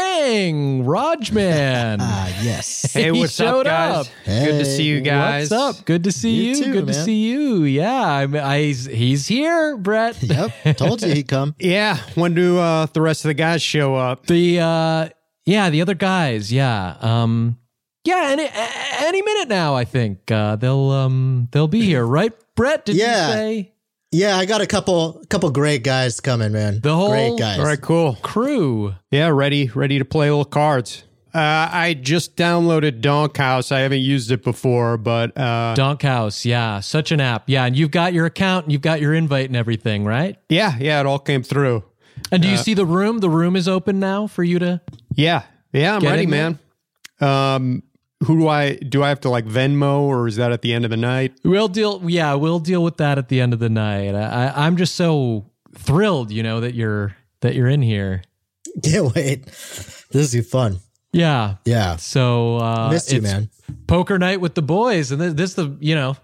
Bang Rajman. Ah, yes. Hey, He what's up, showed guys? up. Good to see you Hey, guys. What's up? Good to see You you. too, Good to man. see you. Yeah, I, mean, I he's, he's here, Brett. yep. Told you he'd come. Yeah, when do uh, the rest of the guys show up? The uh yeah, the other guys, yeah. Um yeah, any a- any minute now, I think. Uh they'll um they'll be here, right? Brett, did Yeah. you say Yeah, I got a couple couple great guys coming, man. The whole- great guys. All right, cool. crew? Yeah, ready, ready to play little cards. Uh, I just downloaded Donk House. I haven't used it before, but uh, Donk House, yeah. Such an app. Yeah, and you've got your account and you've got your invite and everything, right? yeah, yeah, it all came through. And do Uh, you see the room? The room is open now for you to Yeah, yeah, I'm Get ready, in there. man. Um, who do I do? I have to like Venmo, or is that at the end of the night? We'll deal yeah, we'll deal with that at the end of the night. I, I I'm just so thrilled, you know, that you're that you're in here. Can't wait. This is gonna be fun. Yeah. Yeah. So uh Missed you, it's- man. poker night with the boys and this, this the you know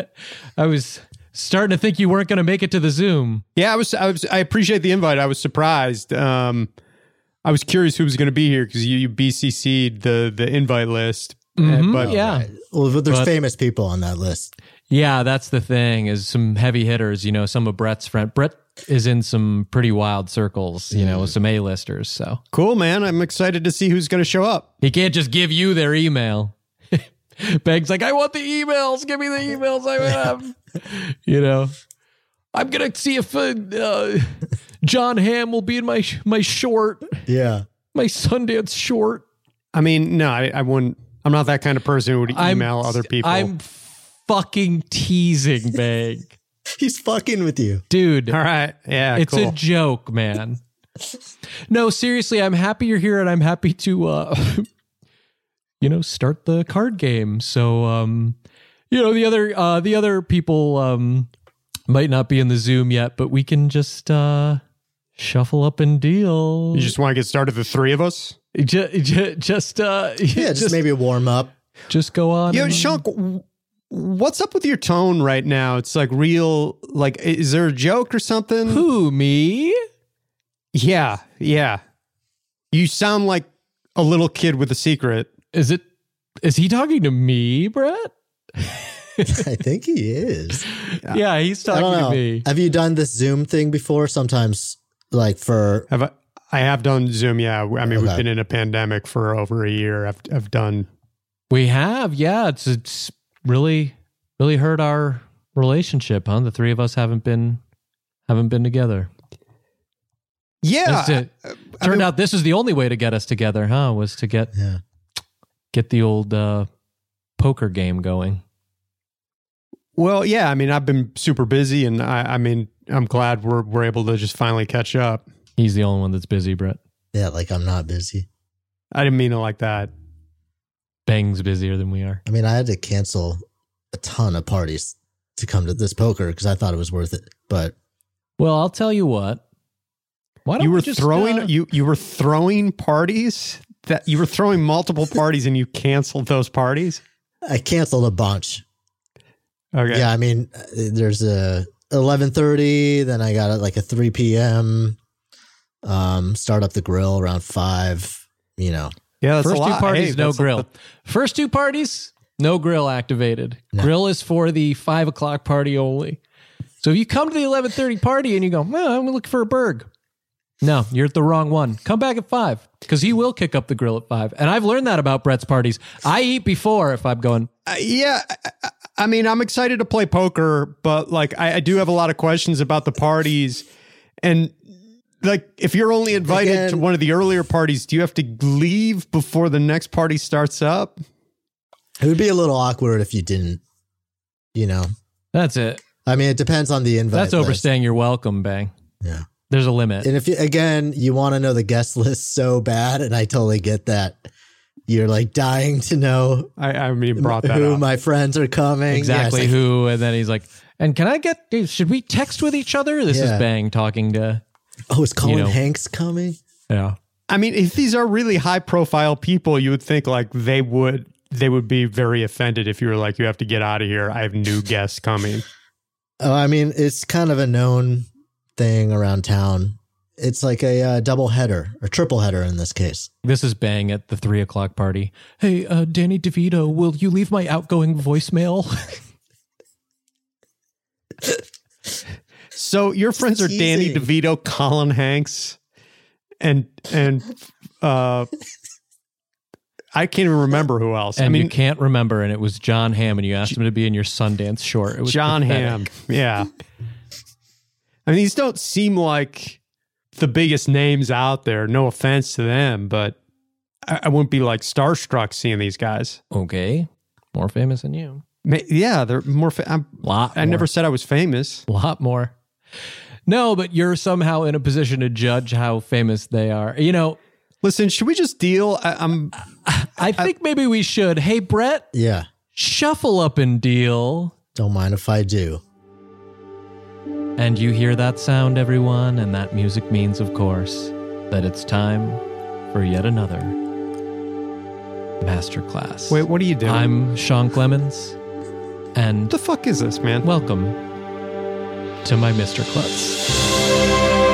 i was starting to think you weren't going to make it to the zoom Yeah, I was, I was. I appreciate the invite. I was surprised. Um, I was curious who was going to be here because you, you BCC'd the the invite list. Uh, but Mm-hmm. yeah Well, there's But- famous people on that list. yeah that's the thing is some heavy hitters you know some of brett's friend brett is in some pretty wild circles you Mm. know with some a-listers so cool, man. I'm excited to see who's going to show up. he can't just give you their email Beg's like, I want the emails. Give me the emails I have. you know, I'm gonna see if uh, uh, John Ham will be in my my short, Yeah. my Sundance short. I mean, no, I, I wouldn't. I'm not that kind of person who would email other people. I'm fucking teasing, Bang. He's fucking with you. Dude, All right. Yeah. it's cool. a joke, man. No, seriously, I'm happy you're here and I'm happy to uh you know, start the card game. So um you know, the other uh the other people um might not be in the Zoom yet, but we can just uh shuffle up and deal. you just want to get started, the three of us. just just uh Yeah, just, just, maybe warm up. just go on. Yo, and- Shunk, w- what's up with your tone right now? It's like real. Like, is there a joke or something? Who me? Yeah, yeah. You sound like a little kid with a secret. Is it is he talking to me, Brett? I think he is. Yeah, he's I talking don't to know. me. Have you done this Zoom thing before? Sometimes, like for Have I? I have done Zoom. Yeah, I mean, we've Okay. been in a pandemic for over a year. I've I've done. We have, yeah. It's it's really really hurt our relationship, huh? The three of us haven't been haven't been together. Yeah, That's it. I Turned mean- out this is the only way to get us together, huh? Was to get yeah, get the old uh, poker game going. Well, yeah. I mean, I've been super busy, and I, I mean, I'm glad we're we're able to just finally catch up. He's the only one that's busy, Brett. yeah. Like I'm not busy. I didn't mean it like that. Bang's busier than we are. I mean, I had to cancel a ton of parties to come to this poker because I thought it was worth it. But Well, I'll tell you what. Why don't You we were just, throwing uh, you you were throwing parties that you were throwing multiple parties, and you canceled those parties. I canceled a bunch. Okay. Yeah, I mean, uh, there's a 11:30. Then I got like a 3 p.m. Um, start up the grill around five. You know, Yeah, that's a First two lot. parties, Hey, no that's a- grill. First two parties, no grill activated. No. Grill is for the five o'clock party only. So if you come to the eleven thirty party and you go, well, I'm looking for a burg. No, you're at the wrong one. Come back at five because he will kick up the grill at five. And I've learned that about Brett's parties. I eat before if I'm going. Uh, yeah, I- I, I mean, I'm excited to play poker, but like, I, I do have a lot of questions about the parties, and like, if you're only invited to Again- one of the earlier parties, do you have to leave before the next party starts up? it would be a little awkward if you didn't. You know, That's it. I mean, it depends on the invite. That's list. overstaying your welcome, bang. Yeah. There's a limit. And if you, again, you want to know the guest list so bad, and I totally get that. You're like dying to know I, I mean, brought that who up. my friends are coming. exactly Yeah, it's like, who and then he's like and can i get should we text with each other this Yeah. is bang talking to oh, is Colin you know. Hanks coming? yeah I mean, if these are really high profile people, you would think like they would they would be very offended if you were like, you have to get out of here. I have new guests coming. Oh, I mean, it's kind of a known thing around town. It's like a uh, double header or triple header in this case. This is Bang at the three o'clock party. Hey, uh, Danny DeVito, will you leave my outgoing voicemail? So your friends are Danny teasing. DeVito, Colin Hanks, and and uh, I can't even remember who else. and I you mean, can't remember, and it was John Hamm, and you asked him to be in your Sundance short. It was John pathetic. Hamm. Yeah. I mean, these don't seem like the biggest names out there. No offense to them, but I, I wouldn't be like starstruck seeing these guys. Okay, more famous than you. Ma- Yeah, they're more. Fa- I'm, Lot. I more. never said I was famous. lot more. No, but you're somehow in a position to judge how famous they are. You know, Listen, should we just deal? I, I'm. I think maybe we should. Hey, Brett, Yeah. shuffle up and deal. Don't mind if I do. And you hear that sound, everyone, and that music means, of course, that it's time for yet another masterclass. Wait, what are you doing? I'm Sean Clemens, and what the fuck is this, man? welcome to my Mr. Klutz.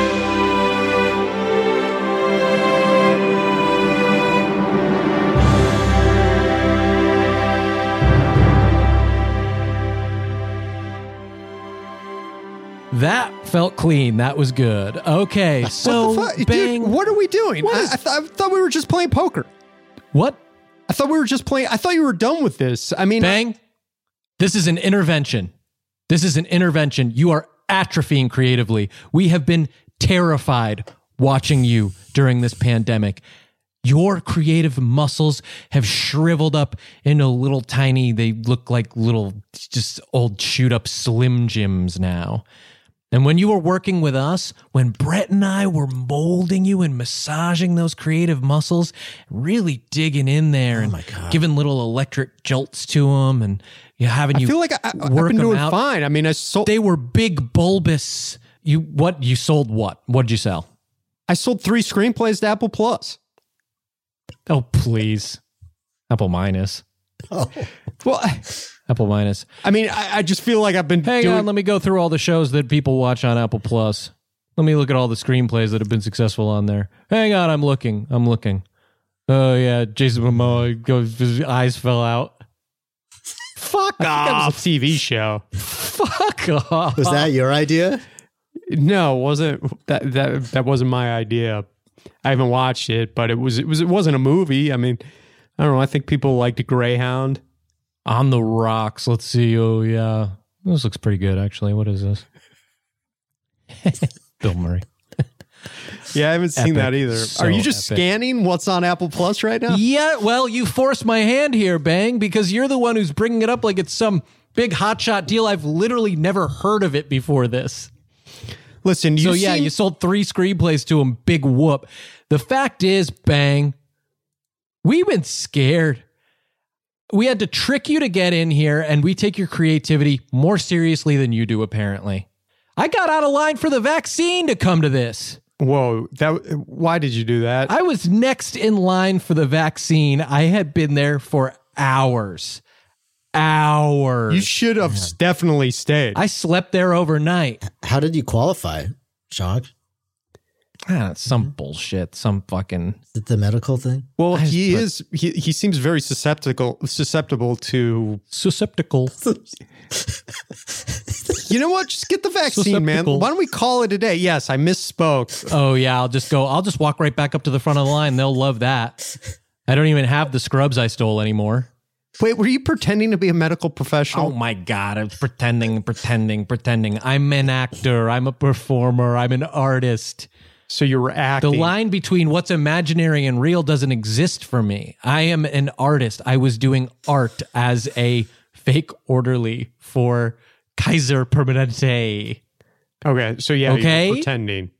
That felt clean. That was good. Okay, so what the fuck? bang. Dude, what are we doing? What I, is- I, th- I thought we were just playing poker. what? I thought we were just playing. I thought you were done with this. I mean, Bang. This is an intervention. This is an intervention. You are atrophying creatively. We have been terrified watching you during this pandemic. Your creative muscles have shriveled up into little tiny, they look like little, just old shoot up Slim Jims now. And when you were working with us, when Brett and I were molding you and massaging those creative muscles, really digging in there Oh and giving little electric jolts to them and you having I you feel like I, I, I've work been 'em doing out. fine. I mean, I sold. They were big bulbous. You what you sold what? What did you sell? I sold three screenplays to Apple Plus. Oh please. Apple minus. Oh, Well, I, Apple minus. I mean, I, I just feel like I've been Hang doing. on, let me go through all the shows that people watch on Apple Plus. Let me look at all the screenplays that have been successful on there. Hang on, I'm looking. I'm looking. Oh yeah, Jason Momoa goes his eyes fell out. Fuck Ah, off. TV show. Fuck off. was that your idea? No, it wasn't that that that wasn't my idea. I haven't watched it, but it was it was it wasn't a movie. I mean, I don't know. I think people liked Greyhound. On the rocks. Let's see. Oh yeah. This looks pretty good actually. What is this? Bill Murray. Yeah, I haven't Epic. seen that either. So Are you just epic. scanning what's on Apple Plus right now? Yeah, well, you forced my hand here, Bang, because you're the one who's bringing it up like it's some big hotshot deal. I've literally never heard of it before this. Listen, you so, yeah, seem- you sold three screenplays to him. Big whoop. The fact is, Bang, we've been scared. We had to trick you to get in here, and we take your creativity more seriously than you do, apparently. I got out of line for the vaccine to come to this. Whoa! That why did you do that? I was next in line for the vaccine. I had been there for hours. Hours. you should have definitely stayed. I slept there overnight. How did you qualify, Sean? Is Ah, some bullshit. Some fucking. it the medical thing? well, I- he but- is. He, he seems very susceptible susceptible to. Susceptible. You know what? Just get the vaccine, man. Susceptible. Why don't we call it a day? Yes, I misspoke. Oh, yeah. I'll just go. I'll just walk right back up to the front of the line. They'll love that. I don't even have the scrubs I stole anymore. Wait, were you pretending to be a medical Oh professional? my God. I'm pretending, pretending, pretending. I'm an actor. I'm a performer. I'm an artist. So you were The acting. line between what's imaginary and real doesn't exist for me. I am an artist. I was doing art as a fake orderly for Kaiser Permanente. okay, so yeah, Okay. you were pretending.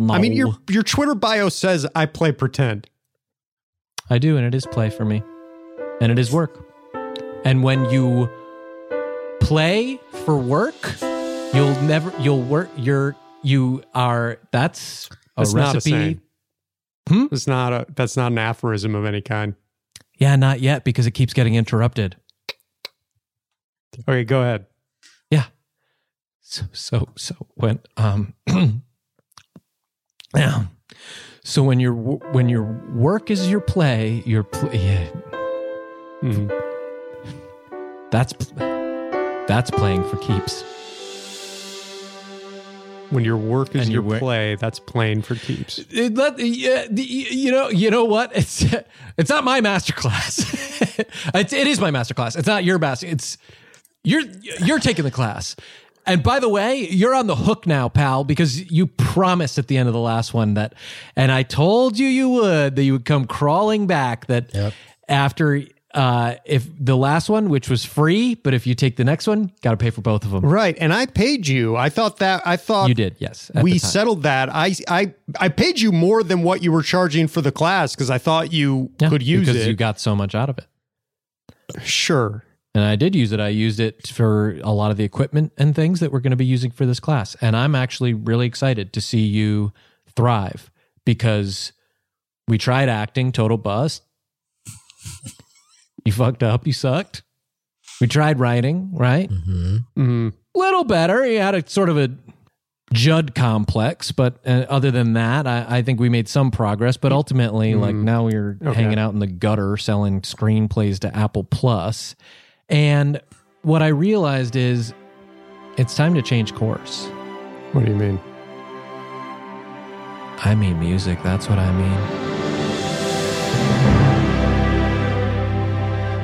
I mean, your your Twitter bio says I play pretend. I do, and it is play for me, and it is work. And when you play for work, you'll never you'll work. You're you are that's a That's not a recipe. saying. Hmm? That's not a. That's not an aphorism of any kind. yeah, not yet because it keeps getting interrupted. Okay, go ahead. so so so when um Now, so when your w- when your work is your play, your pl- yeah, Mhm. that's pl- that's playing for keeps. When your work is And your your work- play, that's playing for keeps. It let yeah, the- you know you know what it's it's not my masterclass. it's, it is my masterclass. It's not your master. It's you're you're taking the class. And by the way, you're on the hook now, pal, because you promised at the end of the last one that, and I told you you would that you would come crawling back. That Yep. after uh, if the last one, which was free, but if you take the next one, got to pay for both of them. Right, and I paid you. I thought that I thought You did, yes. at we the time. settled that. I I I paid you more than what you were charging for the class because I thought you Yeah, could use because it. you got so much out of it. sure. And I did use it. I used it for a lot of the equipment and things that we're going to be using for this class. And I'm actually really excited to see you thrive because we tried acting, total bust. you fucked up, you sucked. We tried writing, right? hmm hmm Little better. You had a sort of a Judd complex, but uh, other than that, I, I think we made some progress. But ultimately, like Mm. now we're Okay. hanging out in the gutter selling screenplays to Apple Plus. And what I realized is it's time to change course. What do you mean? I mean music, that's what I mean.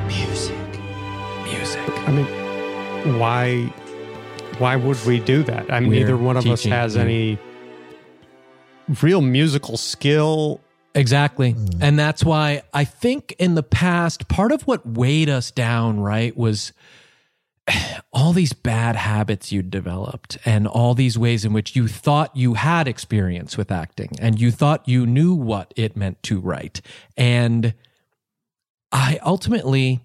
Music. Music. I mean, why why would we do that? I mean, We're neither one of us teaching has you. any real musical skill. Exactly. And that's why I think in the past, part of what weighed us down, right, was all these bad habits you developed and all these ways in which you thought you had experience with acting and you thought you knew what it meant to write. And I ultimately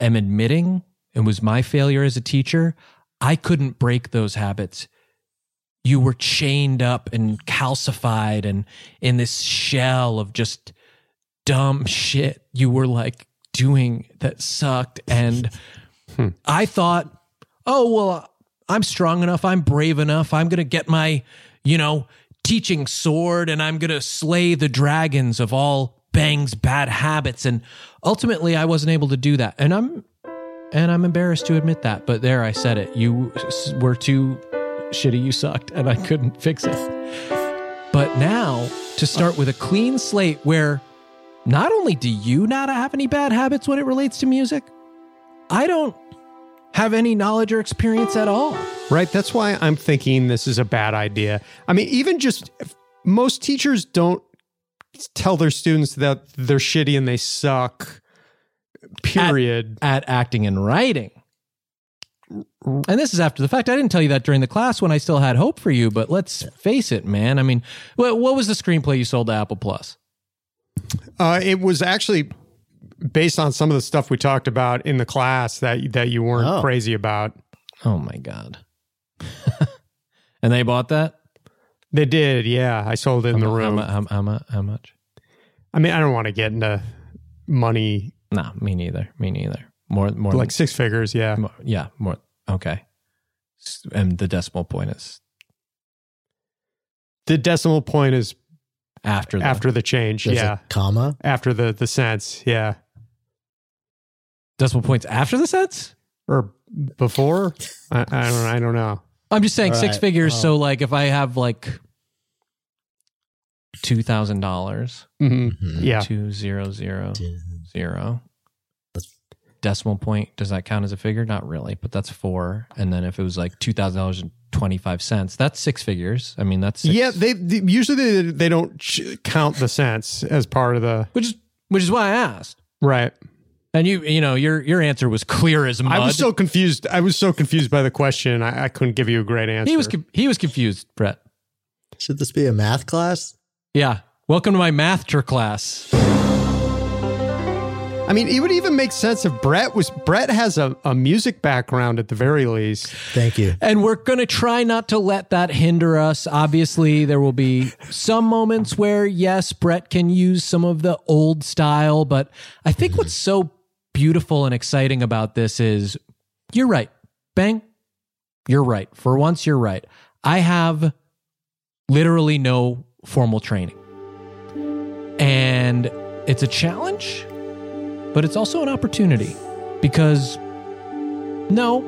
am admitting, and was my failure as a teacher, I couldn't break those habits. You were chained up and calcified and in this shell of just dumb shit you were like doing that sucked. And Hmm. I thought, oh, well, I'm strong enough. I'm brave enough. I'm going to get my, you know, teaching sword and I'm going to slay the dragons of all Bang's bad habits. And ultimately, I wasn't able to do that. And I'm. And I'm embarrassed to admit that, but there I said it. You s- were too shitty, you sucked, and I couldn't fix it. But now to start with a clean slate where not only do you not have any bad habits when it relates to music, I don't have any knowledge or experience at all. Right? That's why I'm thinking this is a bad idea. I mean, even just most teachers don't tell their students that they're shitty and they suck. Period. at acting and writing. And this is after the fact. I didn't tell you that during the class when I still had hope for you, but let's face it, man. I mean, what, what was the screenplay you sold to Apple Plus? Uh, it was actually based on some of the stuff we talked about in the class that that you weren't Oh. crazy about. Oh my God. and they bought that? They did, yeah. I sold it in the How mu- room. How, mu- how, mu- how much? I mean, I don't want to get into money Nah, me neither. Me neither. More, more like six figures, yeah. Mo- yeah, more. Okay. S- And the decimal point is The decimal point is after the, after the change, There's yeah. a comma. after the the cents, yeah. decimal points after the sets. Or before? I, I don't I don't know. I'm just saying All six right. figures. Oh. um, So like if I have like two thousand dollars, Mhm. Mhm. Yeah. two zero zero Two. zero That's- decimal point. Does that count as a figure? Not really, but that's four. And then if it was like two thousand dollars and twenty five cents, that's six figures. I mean that's six, Yeah, they, they usually they, they don't ch- count the cents as part of the which is which is why I asked. right. And you you know your your answer was clear as mud. I was so confused. I was so confused by the question. I, I couldn't give you a great answer. he was con- he was confused, Brett. Should this be a math class? Yeah. Welcome to my math tour class. I mean, it would even make sense if Brett was Brett has a, a music background at the very least. Thank you. And we're going to try not to let that hinder us. Obviously, there will be some moments where, yes, Brett can use some of the old style. But I think what's so beautiful and exciting about this is you're right. Bang. You're right. For once, you're right. I have literally no formal training. And it's a challenge, but it's also an opportunity because no,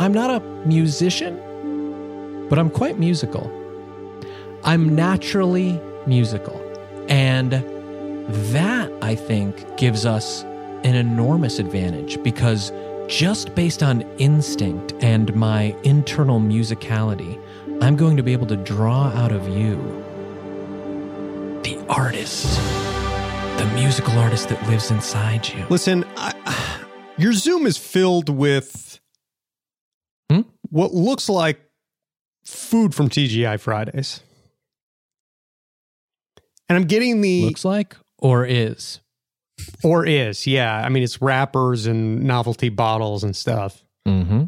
I'm not a musician, but I'm quite musical. I'm naturally musical. And that, I think, gives us an enormous advantage because just based on instinct and my internal musicality, I'm going to be able to draw out of you the artist, the musical artist that lives inside you. Listen, I, your Zoom is filled with Hmm? what looks like food from TGI Fridays. And I'm getting the Looks like or is. or is, yeah. I mean, it's wrappers and novelty bottles and stuff. Mm-hmm.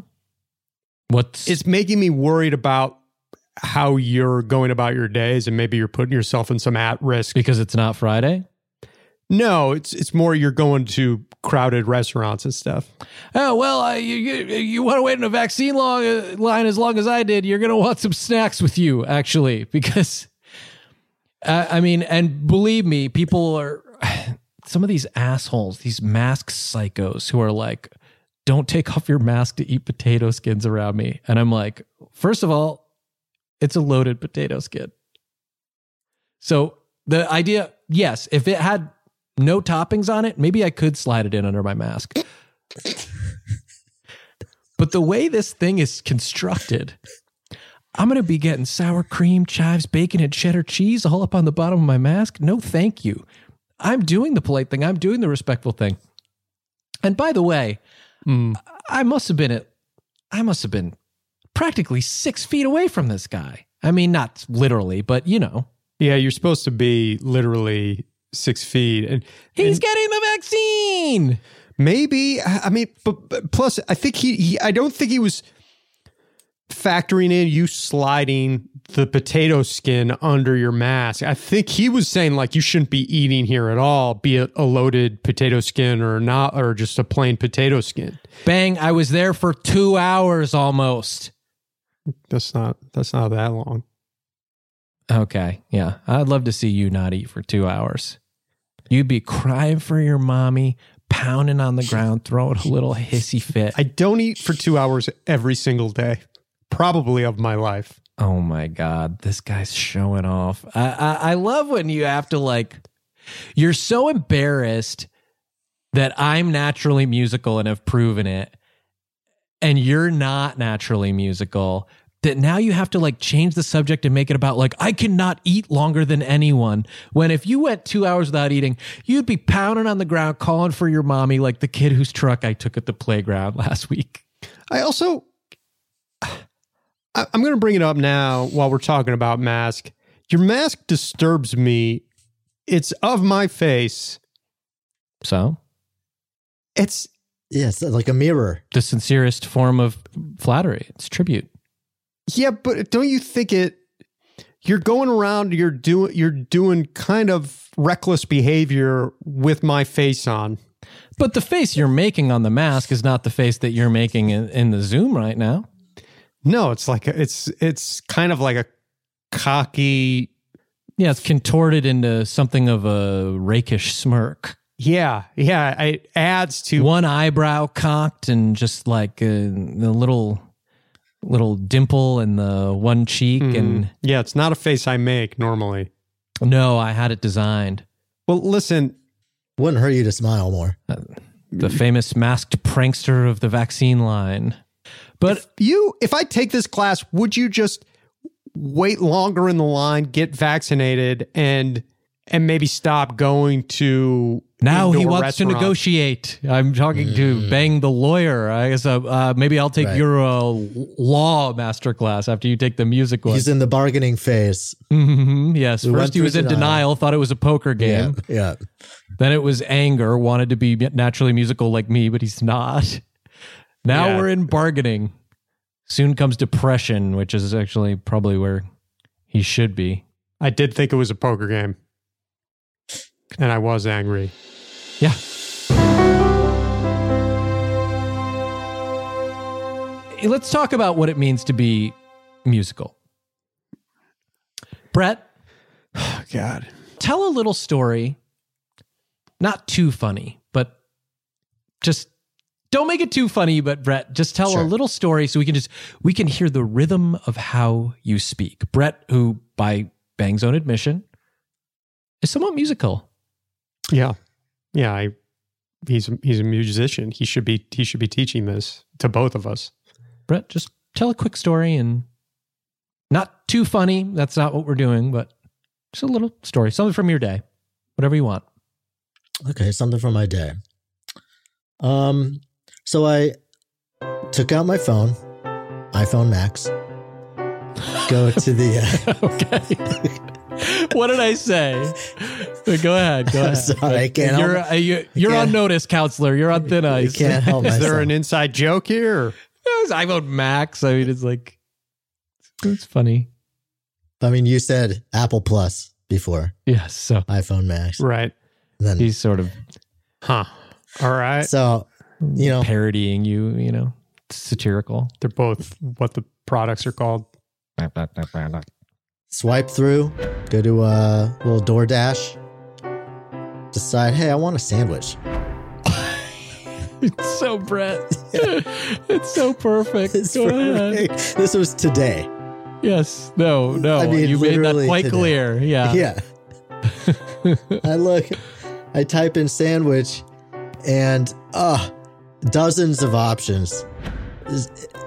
What's It's making me worried about how you're going about your days and maybe you're putting yourself in some at risk. because it's not Friday? No, it's it's more you're going to crowded restaurants and stuff. Oh well, uh, you you, you want to wait in a vaccine long uh, line as long as I did. You're gonna want some snacks with you, actually, because uh, I mean, and believe me, people are some of these assholes, these mask psychos who are like, "Don't take off your mask to eat potato skins around me," and I'm like, first of all, it's a loaded potato skin. So the idea, yes, if it had no toppings on it, maybe I could slide it in under my mask. But the way this thing is constructed, I'm going to be getting sour cream, chives, bacon, and cheddar cheese all up on the bottom of my mask. No, thank you. I'm doing the polite thing, I'm doing the respectful thing. And by the way, I must have been at, I must have been practically six feet away from this guy. I mean, not literally, but you know, Yeah, you're supposed to be literally six feet, and he's getting the vaccine. maybe I I mean, but, but plus, I think he, he. I don't think he was factoring in you sliding the potato skin under your mask. I think he was saying like you shouldn't be eating here at all, be it a loaded potato skin or not, or just a plain potato skin. Bang, I was there for two hours almost. That's not. That's not that long. Okay. Yeah. I'd love to see you not eat for two hours. You'd be crying for your mommy, pounding on the ground, throwing a little hissy fit. I don't eat for two hours every single day, probably of my life. oh my God. This guy's showing off. I, I, I love when you have to, like, you're so embarrassed that I'm naturally musical and have proven it, and you're not naturally musical. That now you have to like change the subject and make it about like, I cannot eat longer than anyone. When if you went two hours without eating, you'd be pounding on the ground, calling for your mommy, like the kid whose truck I took at the playground last week. I also, I, I'm going to bring it up now while we're talking about mask. Your mask disturbs me. It's of my face. So, It's Yes, like a mirror. the sincerest form of flattery, it's tribute. yeah, but don't you think it? You're going around. You're doing. You're doing kind of reckless behavior with my face on. But the face you're making on the mask is not the face that you're making in, in the Zoom right now. No, it's like a, it's it's kind of like a cocky. Yeah, it's contorted into something of a rakish smirk. Yeah, yeah. It adds to One eyebrow cocked and just like a, the little little dimple in the one cheek and hmm, Yeah, it's not a face I make normally. no, I had it designed. Well, listen, Wouldn't hurt you to smile more. The famous masked prankster of the vaccine line. But you if I take this class, would you just wait longer in the line, get vaccinated and and maybe stop going to now he indoor wants to restaurants? negotiate. I'm talking to Bang the lawyer. I guess uh, uh, maybe I'll take Mm. Right. your uh, law master class after you take the music one. He's in the bargaining phase. hmm Yes. We First, went he was through in denial. denial, thought it was a poker game. Yeah, yeah. Then it was anger, wanted to be naturally musical like me, but he's not. Now Yeah. we're in bargaining. Soon comes depression, which is actually probably where he should be. I did think it was a poker game. And I was angry. Yeah. Let's talk about what it means to be musical. Brett, Oh, God. tell a little story. Not too funny, but just don't make it too funny, but Brett, just tell Sure. a little story so we can just we can hear the rhythm of how you speak. Brett, who by Bang's own admission, is somewhat musical. Yeah. Yeah. I, he's, he's a musician. He should be, he should be teaching this to both of us. Brett, just tell a quick story and not too funny. That's not what we're doing, but just a little story, something from your day, whatever you want. Okay, something for my day. Um, so I took out my phone, iPhone Max. Go to the. uh, okay. what did I say? Uh, Go ahead. Go I'm ahead. sorry, I can't You're, help- uh, you- you're on can't- notice, counselor. You're on thin Uh, you ice. can't help Is myself. there an inside joke here? It was iPhone Max. I mean, it's like, it's funny. I mean, you said Apple Plus before Yeah. So iPhone Max. Right. Then he's sort of Huh. All right. so you know parodying you, you know, satirical. They're both what the products are called. swipe through, go to a uh, little DoorDash, decide, hey, I want a sandwich. It's so Brett. it's so perfect. It's Go ahead. perfect. This was today. Yes. No, no. I mean, you made that literally quite today. clear. Yeah. yeah. Um, I look, I type in sandwich, and uh dozens of options.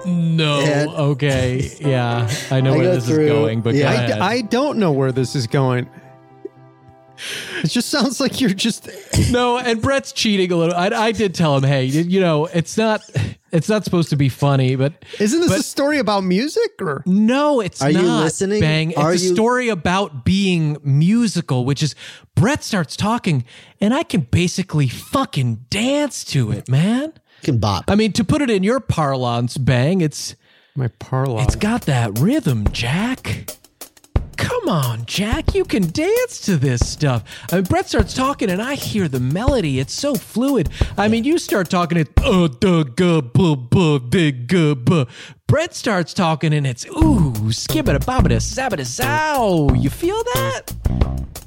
No. And- okay. Yeah. I know I where go this through- is going, but yeah. go I, ahead. I don't know where this is going. It just sounds like you're just no, and Brett's cheating a little. I, I did tell him, hey, you you know, it's not, it's not supposed to be funny, but Isn't this But- a story about music or? no, it's Are you not. listening? Bang! It's Are a you- story about being musical, which is Brett starts talking, and I can basically fucking dance to it, man. Can bop. I mean, to put it in your parlance, Bang, it's My parlance. it's got that rhythm, Jack. Come on, Jack, you can dance to this stuff. I mean, Brett starts talking and I hear the melody. It's so fluid. I mean, you start talking it uh duh guh buh buh dig guh buh. Brett starts talking and it's ooh skibbida bobbida zabbida zow. You feel that?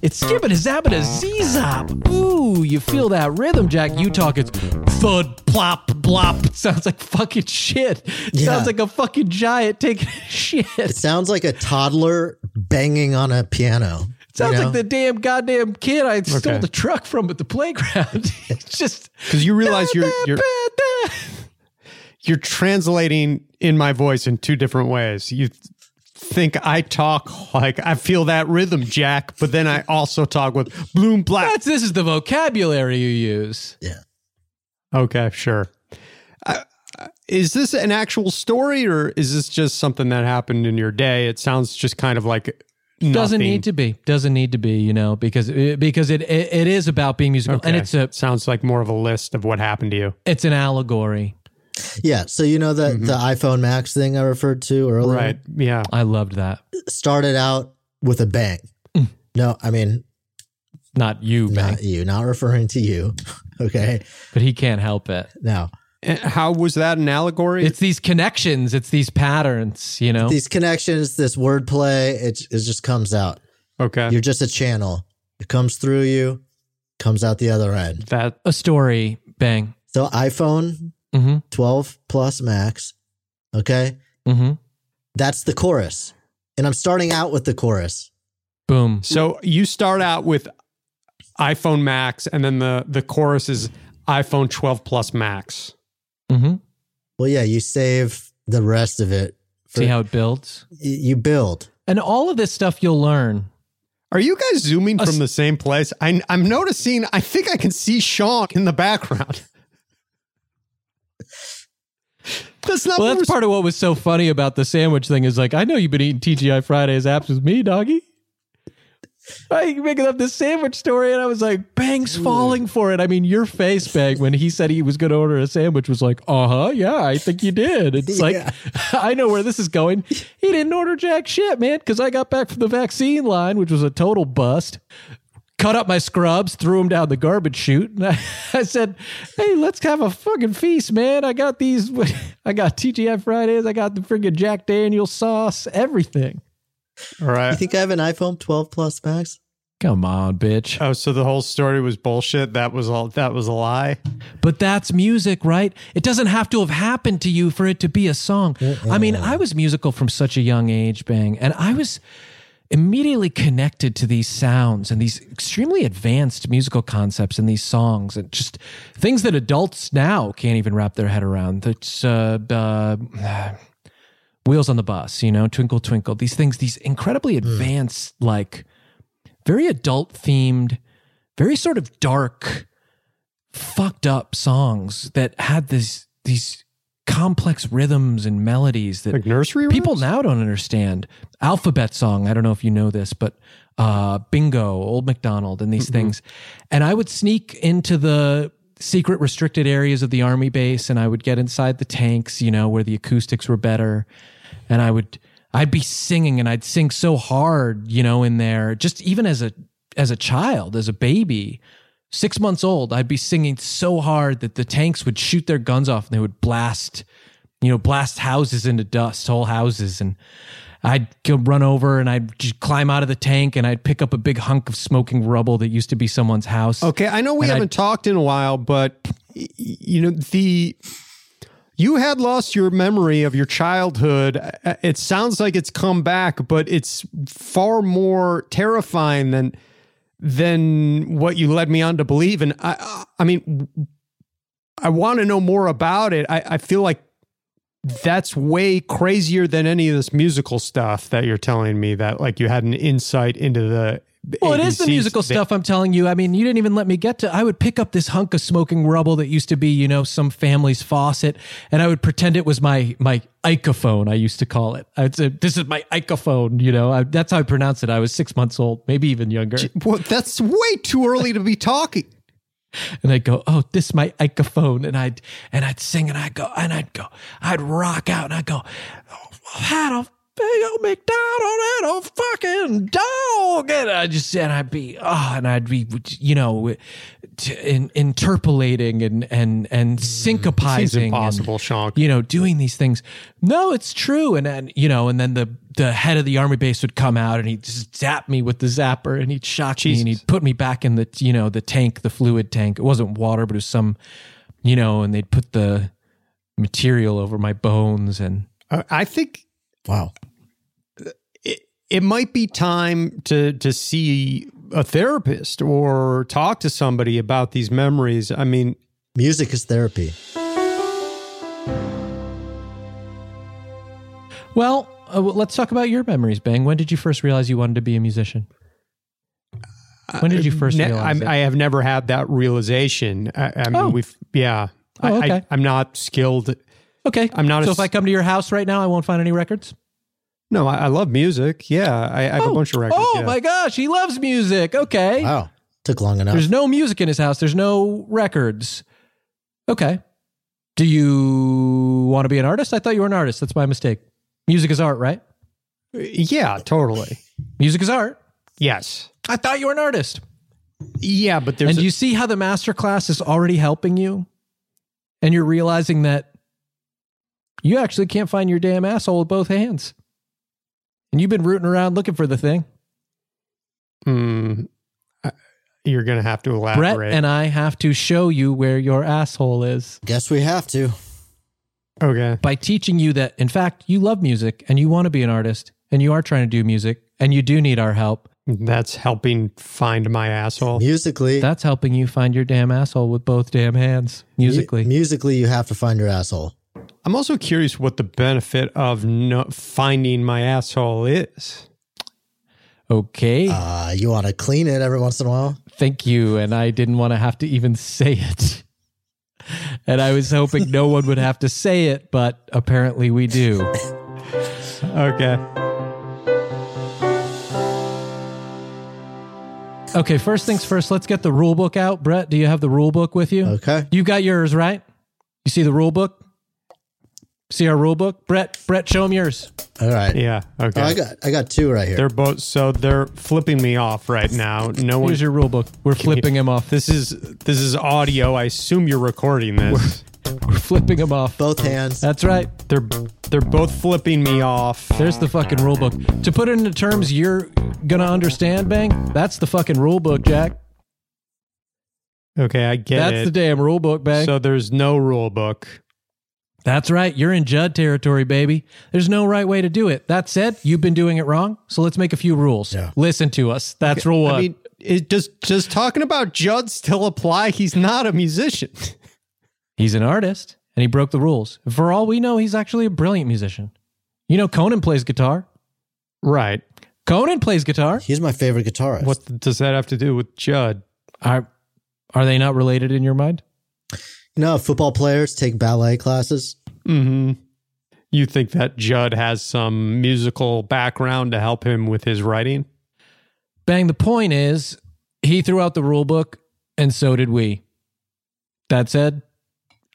It's skibbida zabbida zee zop. Ooh, you feel that rhythm, Jack. You talk it's thud plop blop. It sounds like fucking shit. It Yeah. sounds like a fucking giant taking a shit. it sounds like a toddler banging on a piano. Sounds you know? like the damn goddamn kid I stole Okay. the truck from at the playground. it's just Because you realize you're you're you're translating in my voice in two different ways. You th- think I talk like I feel that rhythm, Jack, but then I also talk with bloom black. That's this is the vocabulary you use. yeah. Okay, sure. I- I- Is this an actual story or is this just something that happened in your day? It sounds just kind of like nothing. Doesn't need to be. Doesn't need to be. You know, because it, because it, it it is about being musical, and Okay. it's a sounds like more of a list of what happened to you. it's an allegory. Yeah. So you know Mm-hmm. the the iPhone Max thing I referred to earlier Right. Yeah. I loved that. started out with a bang. No, I mean Not you, Mm. Bang, not you, not referring to you. okay. but he can't help it. Now And How was that an allegory? It's these connections. It's these patterns. You know. these connections, this wordplay, it, it just comes out. okay. You're just a channel. It comes through you, comes out the other end. that a story, Bang. So iPhone Mm-hmm. 12 Plus Max, okay, Mm-hmm. that's the chorus, and I'm starting out with the chorus. Boom. so you start out with iPhone Max and then the the chorus is iPhone 12 Plus Max. Mm-hmm. Well, yeah, you save the rest of it. For, See how it builds. y- you build. And all of this stuff you'll learn Are you guys zooming A from s- the same place? I, I'm noticing. I think I can see Sean in the background. That's not. Well, the that's res- part of what was so funny about the sandwich thing is like, I know you've been eating TGI Fridays apps with me, doggy. I making up this sandwich story, and I was like, Bang's falling for it. I mean, your face, Bang, when he said he was going to order a sandwich, was like, uh huh, yeah, I think you did. It's like, Yeah. I know where this is going. He didn't order jack shit, man, because I got back from the vaccine line, which was a total bust. Cut up my scrubs, threw them down the garbage chute, and I, I said, "Hey, let's have a fucking feast, man! I got these. I got TGI Fridays. I got the friggin' Jack Daniel sauce. Everything." All You right. think I have an iPhone 12 Plus Max? Come on, bitch. Oh, so the whole story was bullshit. That was all. That was a lie. But that's music, right? It doesn't have to have happened to you for it to be a song. I mean, I was musical from such a young age, Bang, and I was immediately connected to these sounds and these extremely advanced musical concepts in these songs and just things that adults now can't even wrap their head around. That's uh, uh, wheels on the bus, you know, twinkle twinkle. These things, these incredibly advanced, like very adult themed, very sort of dark fucked up songs that had this these complex rhythms and melodies that Like nursery people rhymes? now don't understand. Alphabet song, I don't know if you know this, but uh, Bingo, Old MacDonald, and these things. And I would sneak into the secret restricted areas of the army base and I would get inside the tanks, you know, where the acoustics were better. And I would I'd be singing and I'd sing so hard, you know, in there, just even as a as a child, as a baby, six months old, I'd be singing so hard that the tanks would shoot their guns off and they would blast, you know, blast houses into dust, whole houses. And I'd go run over and I'd just climb out of the tank and I'd pick up a big hunk of smoking rubble that used to be someone's house. Okay, I know we And I- haven't talked in a while, but y- you know the you had lost your memory of your childhood. Uh, It sounds like it's come back, but it's far more terrifying than than what you led me on to believe. And I, I mean, I want to know more about it. I, I feel like that's way crazier than any of this musical stuff that you're telling me. That like you had an insight into the. Well, it is the ABCs musical that- stuff I'm telling you. I mean, you didn't even let me get to. I would pick up this hunk of smoking rubble that used to be, you know, some family's faucet, and I would pretend it was my my icophone. I used to call it. I'd say, "This is my icophone." You know, I, that's how I pronounce it. I was six months old, maybe even younger, Well, that's way too early to be talking. and I'd go, "Oh, this is my icophone," and I'd and I'd sing, and I'd go, and I'd go, I'd rock out, and I'd go, oh, "I had a big old McDonald and a fucking dog," and I just and I'd be, oh, and I'd be, you know, t- in, interpolating and and and syncopizing, Hmm. Seems and, impossible, Sean. you know, doing these things. No, it's true, and and you know, and then the the head of the army base would come out and he'd just zap me with the zapper and he'd shock me and Jesus. he'd put me back in the you know the tank, the fluid tank. It wasn't water, but it was some, you know, and they'd put the material over my bones and I- Uh, I think Wow. it, it might be time to to see a therapist or talk to somebody about these memories. I mean, Music is therapy. well. Uh, well, let's talk about your memories, Bang. When did you first realize you wanted to be a musician? When did you first Uh, ne- realize I'm- it? I have never had that realization. I, I mean, Oh. we've yeah. Oh, I, okay. I, I'm not skilled. Okay, I'm not a So if s- I come to your house right now, I won't find any records. No, I, I love music. Yeah, I, I have a bunch of records. Oh yeah. my gosh, he loves music. Okay. Wow. Took long enough. There's no music in his house. There's no records. Okay. Do you want to be an artist? I thought you were an artist. That's my mistake. Music is art, right? Yeah, totally. Music is art. Yes. I thought you were an artist. Yeah, but there's and a- you see how the master class is already helping you? And you're realizing that you actually can't find your damn asshole with both hands. And you've been rooting around looking for the thing. Hmm. I- you're gonna have to elaborate. Brett and I have to show you where your asshole is. Guess we have to. okay. by teaching you that in fact you love music and you want to be an artist and you are trying to do music and you do need our help That's helping find my asshole. Musically. that's helping you find your damn asshole with both damn hands mu- musically musically, you have to find your asshole. I'm also curious what the benefit of no, finding my asshole is. okay Uh, you want to clean it every once in a while. thank you and i didn't want to have to even say it and i was hoping no one would have to say it but apparently we do Okay. okay first things first let's get the rule book out brett do you have the rule book with you Okay. You got yours, right? You see the rule book? See our rule book? Brett, Brett, show him yours. All right. Yeah. Oh, I Okay. got I got two right here. They're both so they're flipping me off right now. No one. Here's your rule book. We're flipping him off. This is this is audio. I assume you're recording this. We're flipping him off. Both hands. That's right. They're They're both flipping me off. There's the fucking rule book. To put it into terms you're gonna understand, Bang, that's the fucking rule book, Jack. Okay, I get that's the it. damn rule book, Bang. so there's no rule book. that's right. You're in Judd territory, baby. There's no right way to do it. That said, you've been doing it wrong. So let's make a few rules. Yeah. Listen to us. That's rule one. I mean, it, does does talking about Judd still apply? He's not a musician. He's an artist and he broke the rules. For all we know, he's actually a brilliant musician. You know, Conan plays guitar. Right. Conan plays guitar. He's my favorite guitarist. What does that have to do with Judd? Are, are they not related in your mind? You know, how football players take ballet classes. hmm You think that Judd has some musical background to help him with his writing? Bang, the point is, he threw out the rule book and so did we. That said,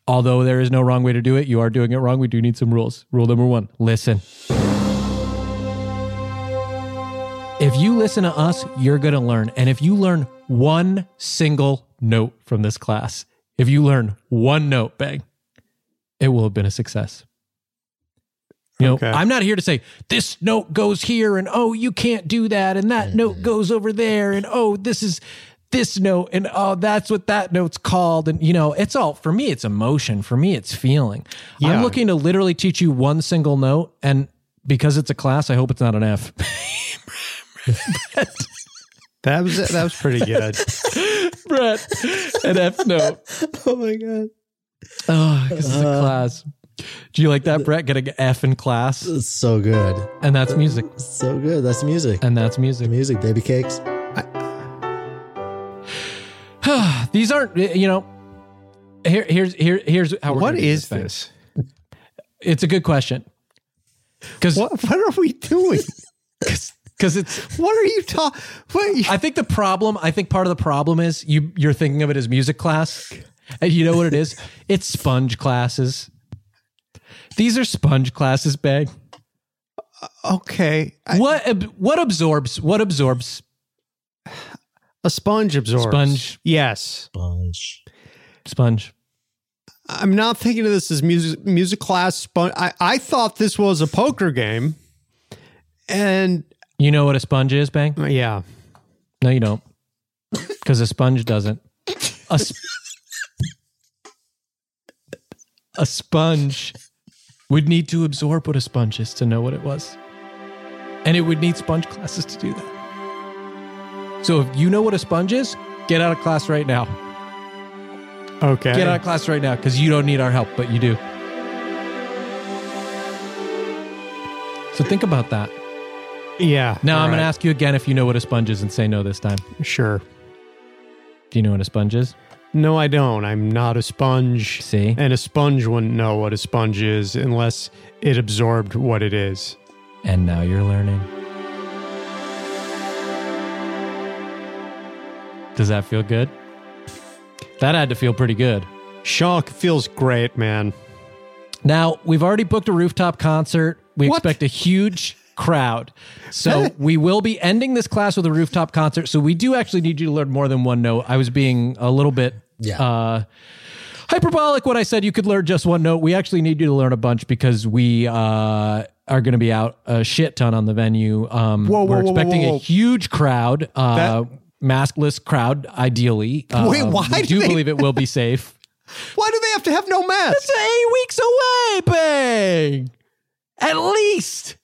although there is no wrong way to do it, you are doing it wrong. We do need some rules. Rule number one listen. If you listen to us, you're going to learn. And if you learn one single note from this class, if you learn one note, bang, it will have been a success. You know, Okay. I'm not here to say this note goes here and oh, you can't do that and that note Mm-hmm. goes over there and oh, this is this note and oh, that's what that note's called and you know, it's all for me it's emotion, for me it's feeling. I'm Yeah. looking to literally teach you one single note and because it's a class, I hope it's not an F. That was that was pretty good. Brett, an F note. Oh my god, Oh, because it's a Uh-huh. Uh, class. Do you like that, Brett? Getting F in class, it's so good, and that's music, it's so good. That's music. and that's music. Music, baby cakes. These aren't, you know. Here, here's here, here's how. We're what gonna do is thing. this? It's a good question. Because What what are we doing? because it's. what are you talking? What you- I think the problem. I think part of the problem is you you're thinking of it as music class, and you know what it is. It's sponge classes. These are sponge classes, bag. okay? I- What ab- what absorbs what absorbs a sponge absorbs. Sponge. Yes. Bunch. sponge. I'm not thinking of this as music music class. Sponge. I I thought this was a poker game, and You know what a sponge is, Bang? yeah. No, you don't. Because a sponge doesn't. A, sp- a sponge would need to absorb what a sponge is to know what it was. And it would need sponge classes to do that. So if you know what a sponge is, get out of class right now. Okay. Get out of class right now because you don't need our help, but you do. So think about that. yeah. Now I'm going to alright, ask you again if you know what a sponge is and say no this time. Sure. Do you know what a sponge is? No, I don't. I'm not a sponge. See? And a sponge wouldn't know what a sponge is unless it absorbed what it is. And now you're learning. Does that feel good? That had to feel pretty good. Shock feels great, man. Now, we've already booked a rooftop concert. We What? expect a huge crowd. So we will be ending this class with a rooftop concert. So we do actually need you to learn more than one note. I was being a little bit Yeah. uh, hyperbolic when I said you could learn just one note. We actually need you to learn a bunch because we uh, are going to be out a shit ton on the venue. Um, Whoa, whoa, we're whoa, whoa, expecting whoa. a huge crowd, uh, That- maskless crowd, ideally. Uh, Wait, why we do do they- believe it will be safe. Why do they have to have no mask? It's eight weeks away, bang. At least.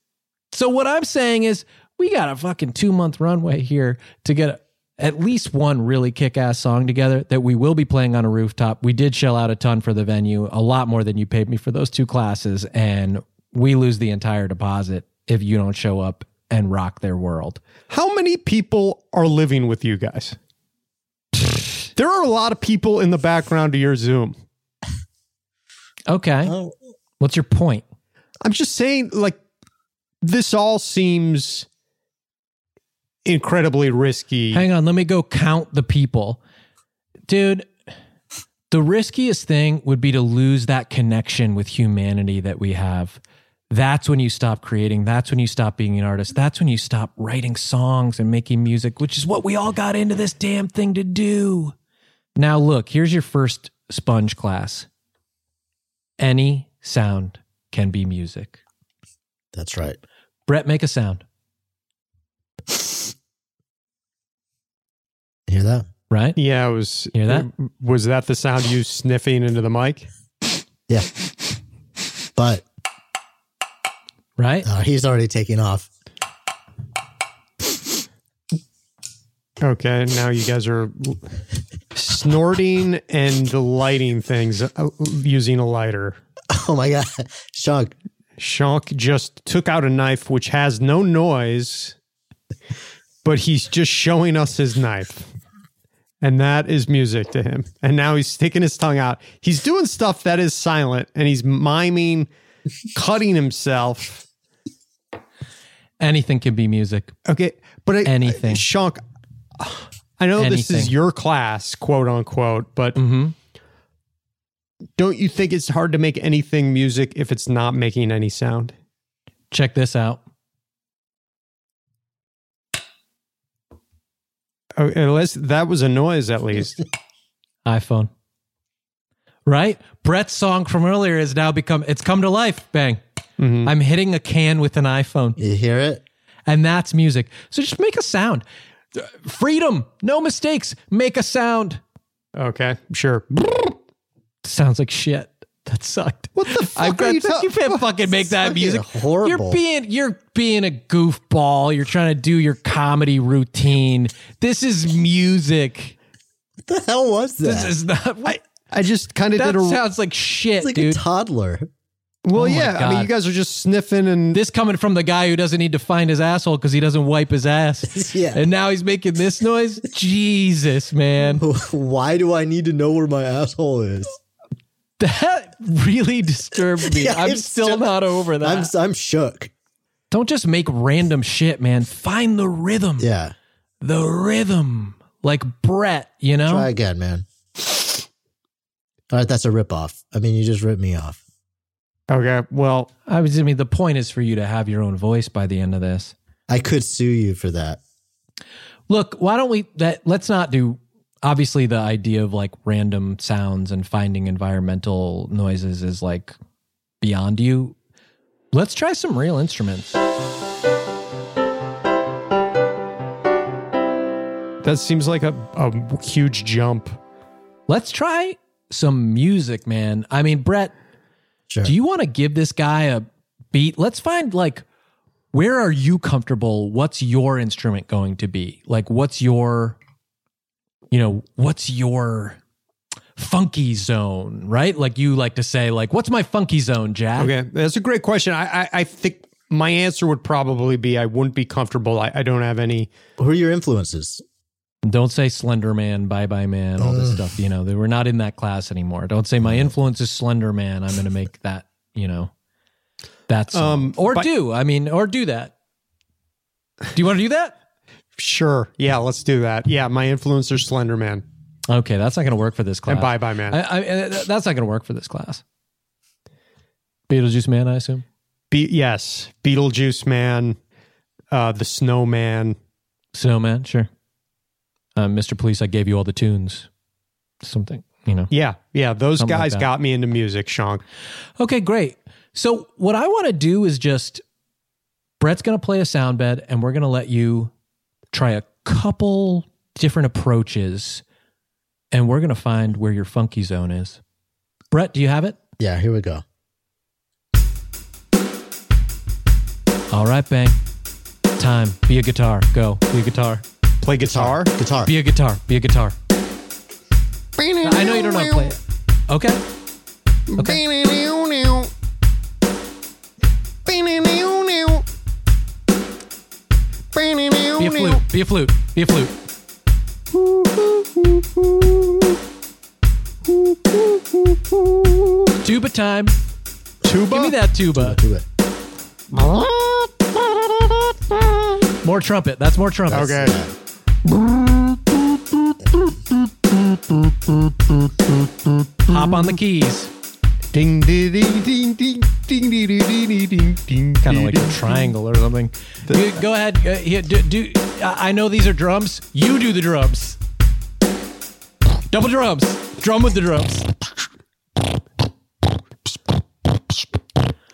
So what I'm saying is we got a fucking two month runway here to get at least one really kick ass song together that we will be playing on a rooftop. We did shell out a ton for the venue, a lot more than you paid me for those two classes, and we lose the entire deposit if you don't show up and rock their world. How many people are living with you guys? There are a lot of people in the background of your Zoom. Okay. Oh, What's your point? I'm just saying, like, this all seems incredibly risky. Hang on, let me go count the people. Dude, the riskiest thing would be to lose that connection with humanity that we have. That's when you stop creating. That's when you stop being an artist. That's when you stop writing songs and making music, which is what we all got into this damn thing to do. Now, look, here's your first sponge class. Any sound can be music. That's right. Brett, make a sound. Hear that? Right? Yeah, it was. uh, Hear that? Was that the sound of you sniffing into the mic? Yeah. But Right? uh, he's already taking off. Okay, now you guys are snorting and lighting things uh, using a lighter. Oh my god, Shug! Shonk just took out a knife which has no noise, but he's just showing us his knife. And that is music to him. And now he's sticking his tongue out. He's doing stuff that is silent and he's miming, cutting himself. Anything can be music. Okay, but I, Anything. Shonk, I know this is Anything. your class, quote unquote, but Mm-hmm. don't you think it's hard to make anything music if it's not making any sound? Check this out. Oh, Unless that was a noise, at least. iPhone. Right? Brett's song from earlier has now become it's come to life. Bang. Mhm. I'm hitting a can with an iPhone. You hear it? And that's music. So just make a sound. Freedom, no mistakes. Make a sound. Okay, sure. Sounds like shit. That sucked. What the fuck I are you you, talking? can't fucking make that Fucking music. horrible. You're being you're being a goofball. You're trying to do your comedy routine. This is music. What the hell was that? This is not. I, I just kind of that did a sounds like shit, it's like dude. a toddler. well. Oh my yeah, I mean, God. you guys are just sniffing and This coming from the guy who doesn't need to find his asshole because he doesn't wipe his ass. Yeah. And now he's making this noise. Jesus, man. Why do I need to know where my asshole is? That really disturbed me. Yeah, I'm it's still just- not over that. I'm I'm shook. Don't just make random shit, man. Find the rhythm. Yeah. The rhythm. Like Brett, you know? Try again, man. All right, that's a ripoff. I mean, you just ripped me off. okay. Well, I was- I mean, the point is for you to have your own voice by the end of this. I could sue you for that. Look, why don't we that let's not do obviously the idea of like random sounds and finding environmental noises is like beyond you. Let's try some real instruments. that seems like a, a huge jump. Let's try some music, man. I mean, Brett, Sure. do you want to give this guy a beat? Let's find like where are you comfortable? What's your instrument going to be? Like what's your you know, what's your funky zone, right? Like you like to say like what's my funky zone, Jack? Okay, that's a great question. I, I, I think my answer would probably be I wouldn't be comfortable. I, I don't have any. Who are your influences? Don't say Slender Man, Bye Bye Man, all this stuff. You know, they, we're not in that class anymore. Don't say my influence is Slender Man. I'm going to make that, you know, that's. Um, Um, or but- do, I mean, or do that. Do you want to do that? Sure. Yeah, let's do that. Yeah, my influencer Slender Man Okay, that's not going to work for this class. and Bye Bye Man. I, I, uh, that's not going to work for this class. Beetlejuice Man, I assume. Be- yes, Beetlejuice Man, uh, the Snowman. Snowman, sure. Uh, Mr. Police, I gave you all the tunes. Something, you know. Yeah, yeah, those Something like guys that. got me into music, Sean. Okay, great. So what I want to do is just Brett's going to play a sound bed and we're going to let you try a couple different approaches and we're going to find where your funky zone is. Brett, do you have it? Yeah, here we go. All right, bang. Time. Be a guitar. Go. Be a guitar. Play guitar. Guitar. Be a guitar. Be a guitar. I know you don't know how to play it. Okay. Be a flute. Be a flute. Be a flute. Tuba time. Tuba. Give me that tuba. Do it. More trumpet. That's more trumpet. Okay. Hop on the keys. Ding ding ding ding ding ding ding ding ding ding ding. Kind of like a triangle or something. You- go ahead. Uh, here, do, do, I I know these are drums. You do the drums. Double drums. Drum with the drums.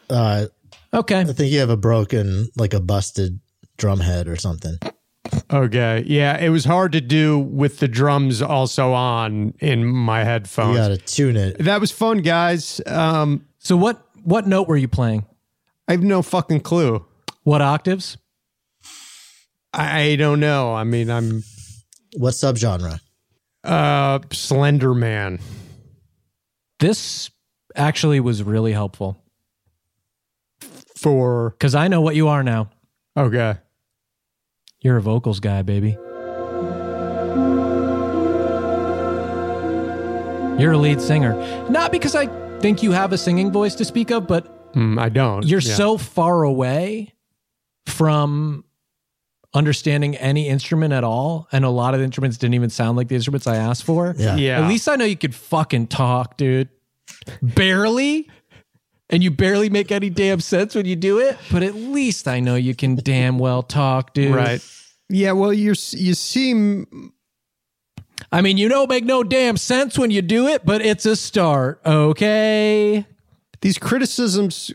Uh, Okay. I think you have a broken, like a busted drum head or something. Okay. Yeah, it was hard to do with the drums also on in my You headphones. got to tune it. That was fun, guys. Um, So what what note were you playing? I have no fucking clue. What octaves? I, I don't know. I mean, I'm What subgenre? uh Slender Man. This actually was really helpful for because I know what you are now. okay. You're a vocals guy, baby. You're a lead singer. Not because I think you have a singing voice to speak of, but Mm, I don't. you're Yeah. so far away from understanding any instrument at all. And a lot of the instruments didn't even sound like the instruments I asked for. Yeah. yeah. At least I know you could fucking talk, dude. Barely. And you barely make any damn sense when you do it, but at least I know you can damn well talk, dude. right. Yeah. Well, you you seem I mean, you don't make no damn sense when you do it, but it's a start, okay? these criticisms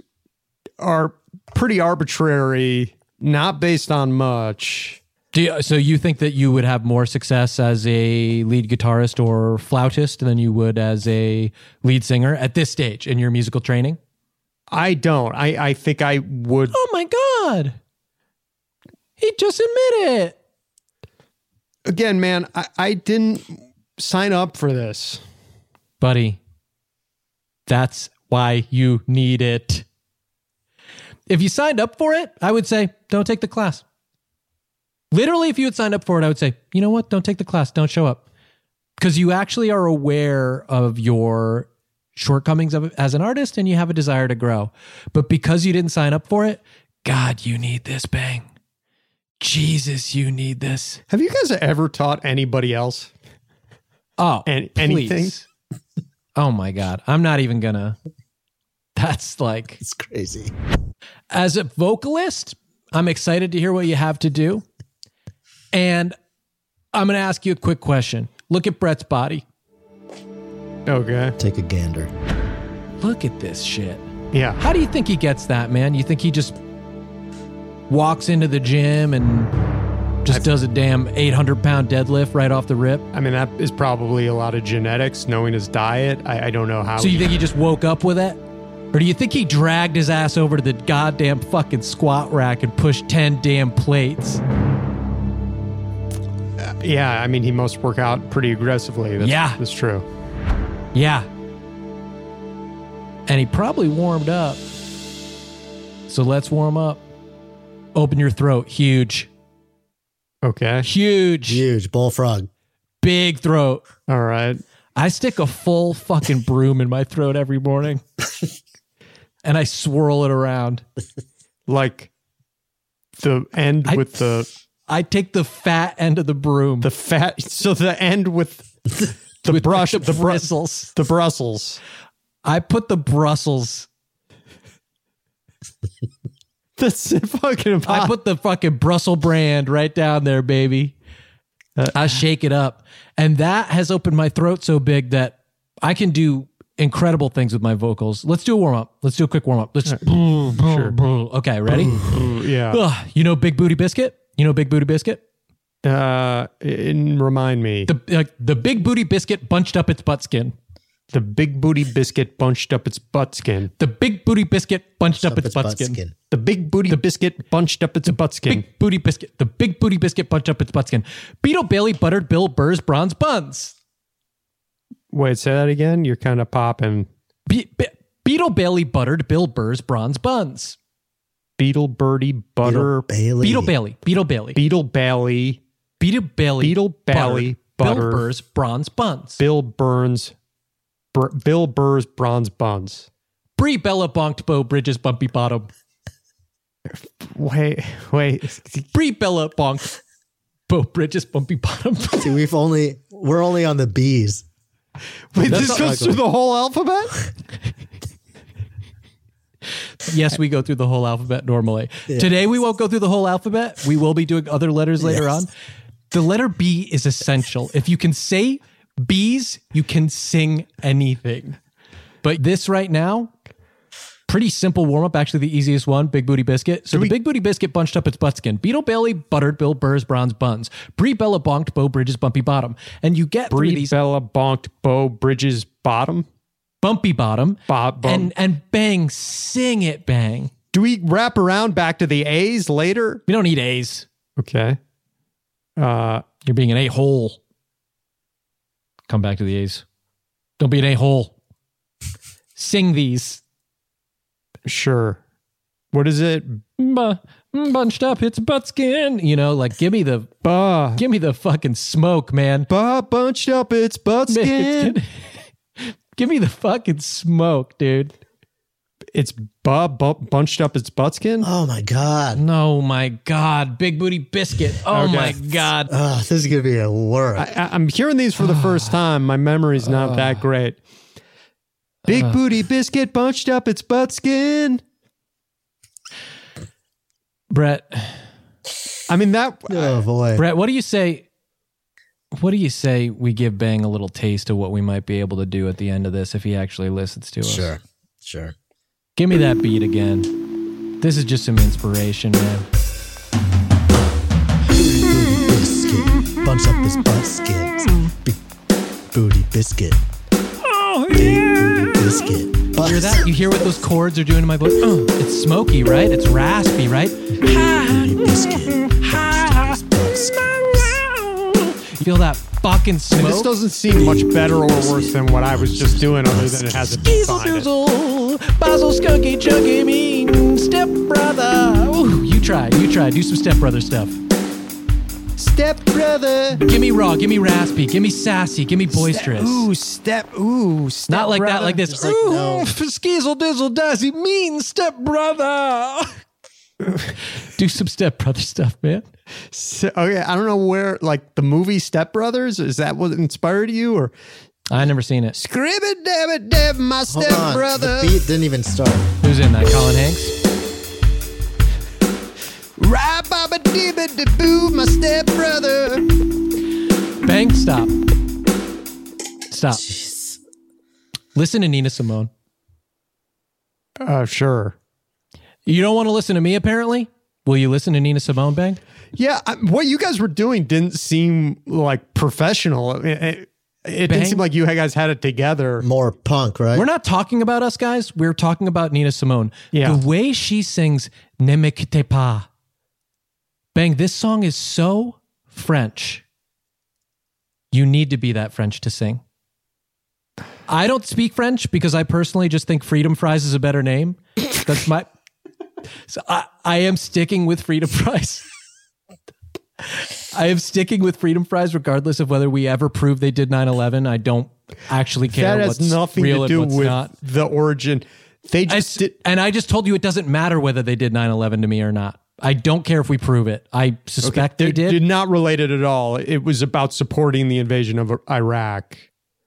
are pretty arbitrary, not based on much. Do you, so you think that you would have more success as a lead guitarist or flautist than you would as a lead singer at this stage in your musical training? I don't. I I think I would. Oh my god. He just admitted it. Again, man, I, I didn't sign up for this. buddy. That's why you need it. If you signed up for it, I would say don't take the class. Literally, if you had signed up for it, I would say, you know what? Don't take the class. Don't show up. Because you actually are aware of your shortcomings of, as an artist and you have a desire to grow. But because you didn't sign up for it, God, you need this bang. Jesus, you need this. Have you guys ever taught anybody else? Oh, And anything? please. Oh my god, I'm not even gonna. That's like It's crazy. as a vocalist, I'm excited to hear what you have to do, and I'm gonna ask you a quick question. Look at Brett's body. Okay. Take a gander. Look at this shit. Yeah. How do you think he gets that, man? You think he just walks into the gym and just does a damn 800 pound deadlift right off the rip? I mean, that is probably a lot of genetics, knowing his diet. I, I don't know how. So you he- think he just woke up with it? Or do you think he dragged his ass over to the goddamn fucking squat rack and pushed 10 damn plates? yeah. I mean, he must work out pretty aggressively. That's, Yeah. That's true. Yeah. And he probably warmed up. So let's warm up. Open your throat. Huge. Okay. Huge. Huge bullfrog. Big throat. All right. I stick a full fucking broom in my throat every morning and I swirl it around. Like the end I- with the I take the fat end of the broom the fat. So the end with the with brush, the the, bru- bristles. the Brussels. I put the Brussels. That's fucking I impossible. put the fucking Brussels brand right down there, baby. Uh, I shake it up. And that has opened my throat so big that I can do incredible things with my vocals. Let's do a warm up. Let's do a quick warm up. Let's. Okay, ready? yeah. Ugh, you know Big Booty Biscuit? You know Big Booty Biscuit? Uh, and remind me the, The, like, the Big Booty Biscuit bunched up its butt skin. big booty biscuit bunched up its butt skin. The Big Booty Biscuit bunched up, its, butt, skin. The big booty biscuit bunched up its butt skin. Big Booty Biscuit. The Big Booty Biscuit bunched up its butt skin. Beetle Bailey buttered Bill Burr's bronze buns. Wait, say that again. You're kind of popping. Be- Be- Beetle Bailey buttered Bill Burr's bronze buns. Beetle birdie butter. Beetle Bailey. Beetle Bailey. Beetle Bailey. Beetle Bally. Beetle Bailey. Beetle Bailey buttered Bill butter. Burr's bronze buns. Bill Burns. Br- Bill Burr's bronze buns. Bree Bella bonked Bo Bridges bumpy bottom. Wait, wait. Bree Bella bonked Bo Bridges bumpy bottom. See, we've only we're only on the B's. Wait, That's this not goes through the whole alphabet? yes, we go through the whole alphabet normally. Today we won't go through the whole alphabet. We will be doing other letters later Yes. on. The letter B is essential. if you can say B's, you can sing anything. But this right now, pretty simple warm up, actually the easiest one, Big Booty Biscuit. So Do the we- Big Booty Biscuit bunched up its butt skin. Beetle Bailey, Buttered Bill, Burrs, Bronze Buns. Bree Bella bonked Bo Bridges, Bumpy Bottom. And you get through Bree these Bella bonked Bo Bridges bottom. Bumpy Bottom Bob, bump. and, and bang, sing it bang. do we wrap around back to the A's later? We don't need A's. Okay. Uh, You're being an a hole. Come back to the A's. Don't be an a hole. Sing these. sure. What is it? Buh, bunched up, it's butt skin. You know, like give me the Ba give me the fucking smoke, man. ba bunched up its butt skin. give me the fucking smoke, dude. it's ba bu- bunched up its butt skin. Oh my god. No, my God. Big booty biscuit. Oh Okay. my God. Oh, this is gonna be a work. I, I- I'm hearing these for the first time. My memory's not that great. Big booty biscuit bunched up its butt skin. Brett, I mean that. oh boy. Brett, what do you say? What do you say we give Bang a little taste of what we might be able to do at the end of this if he actually listens to us? Sure. Sure. Give me that beat again. This is just some inspiration, man. Big booty biscuit. Bunch up his butt skins. Big booty biscuit. Oh, Booty biscuit. Butt Hear that? You hear what those chords are doing to my voice? Oh, it's smoky, right? It's raspy, right? booty biscuit. Butt skins. You feel that fucking smoke? This doesn't seem much better or worse than what I was just doing, other than it has a beat Diesel behind it. Doozle, Basil Skunky Chunky Mean, Step Brother. Ooh, you try, you try. Do some Step Brother stuff. Step brother. Give me raw, give me raspy, give me sassy, give me boisterous. Ooh, step. Ooh, step Not like that, brother. Mm, like this. Just like, no. skizzle dizzle dazzy, mean step brother. Do some step brother stuff, man. S- Okay, oh, I don't know where, like the movie Step Brothers. Is that what inspired you, or I never seen it. Scribbit Dabbit Dab, my Hold step on. brother? The beat didn't even start. Who's in that? Colin Hanks. Right, Baba Dibba de Boo, my step brother. Bang! Stop. Stop. Jeez. Listen to Nina Simone. Uh, sure. You don't want to listen to me, apparently. Will you listen to Nina Simone? Bang. Yeah, I, what you guys were doing didn't seem like professional. It, it- it Bang. didn't seem like you guys had it together. More punk, right? We're not talking about us guys. We're talking about Nina Simone. Yeah. The way she sings Ne me quitte pas. Bang, this song is so French. You need to be that French to sing. I don't speak French because I personally just think Freedom Fries is a better name. That's my. So I, I am sticking with Freedom Fries. I am sticking with Freedom Fries regardless of whether we ever prove they did 9 11. I don't actually care That what's has nothing real to and do what's with not. the origin. They I just s- did. and I just told you it doesn't matter whether they did 9 11 to me or not. I don't care if we prove it. I suspect they It did. did not relate it at all. It was about supporting the invasion of Iraq,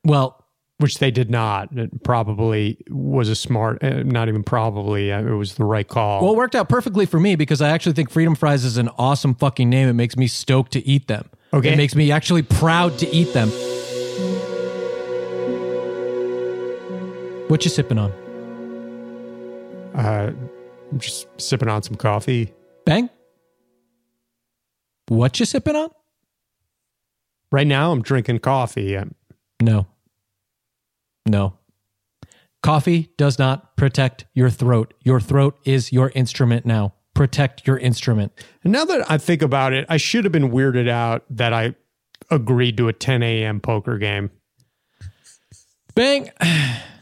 Well, which they did not. It probably was a smart, uh, not even probably, uh, it was the right call. well, it worked out perfectly for me because I actually think Freedom Fries is an awesome fucking name. It makes me stoked to eat them. Okay. It makes me actually proud to eat them. What you sipping on? uh, I'm just sipping on some coffee Bang? What you sipping on? right now. I'm drinking coffee. Um, No. No. Coffee does not protect your throat. Your throat is your instrument now. Protect your instrument. And now that I think about it, I should have been weirded out that I agreed to a 10 a.m. poker game. Bang.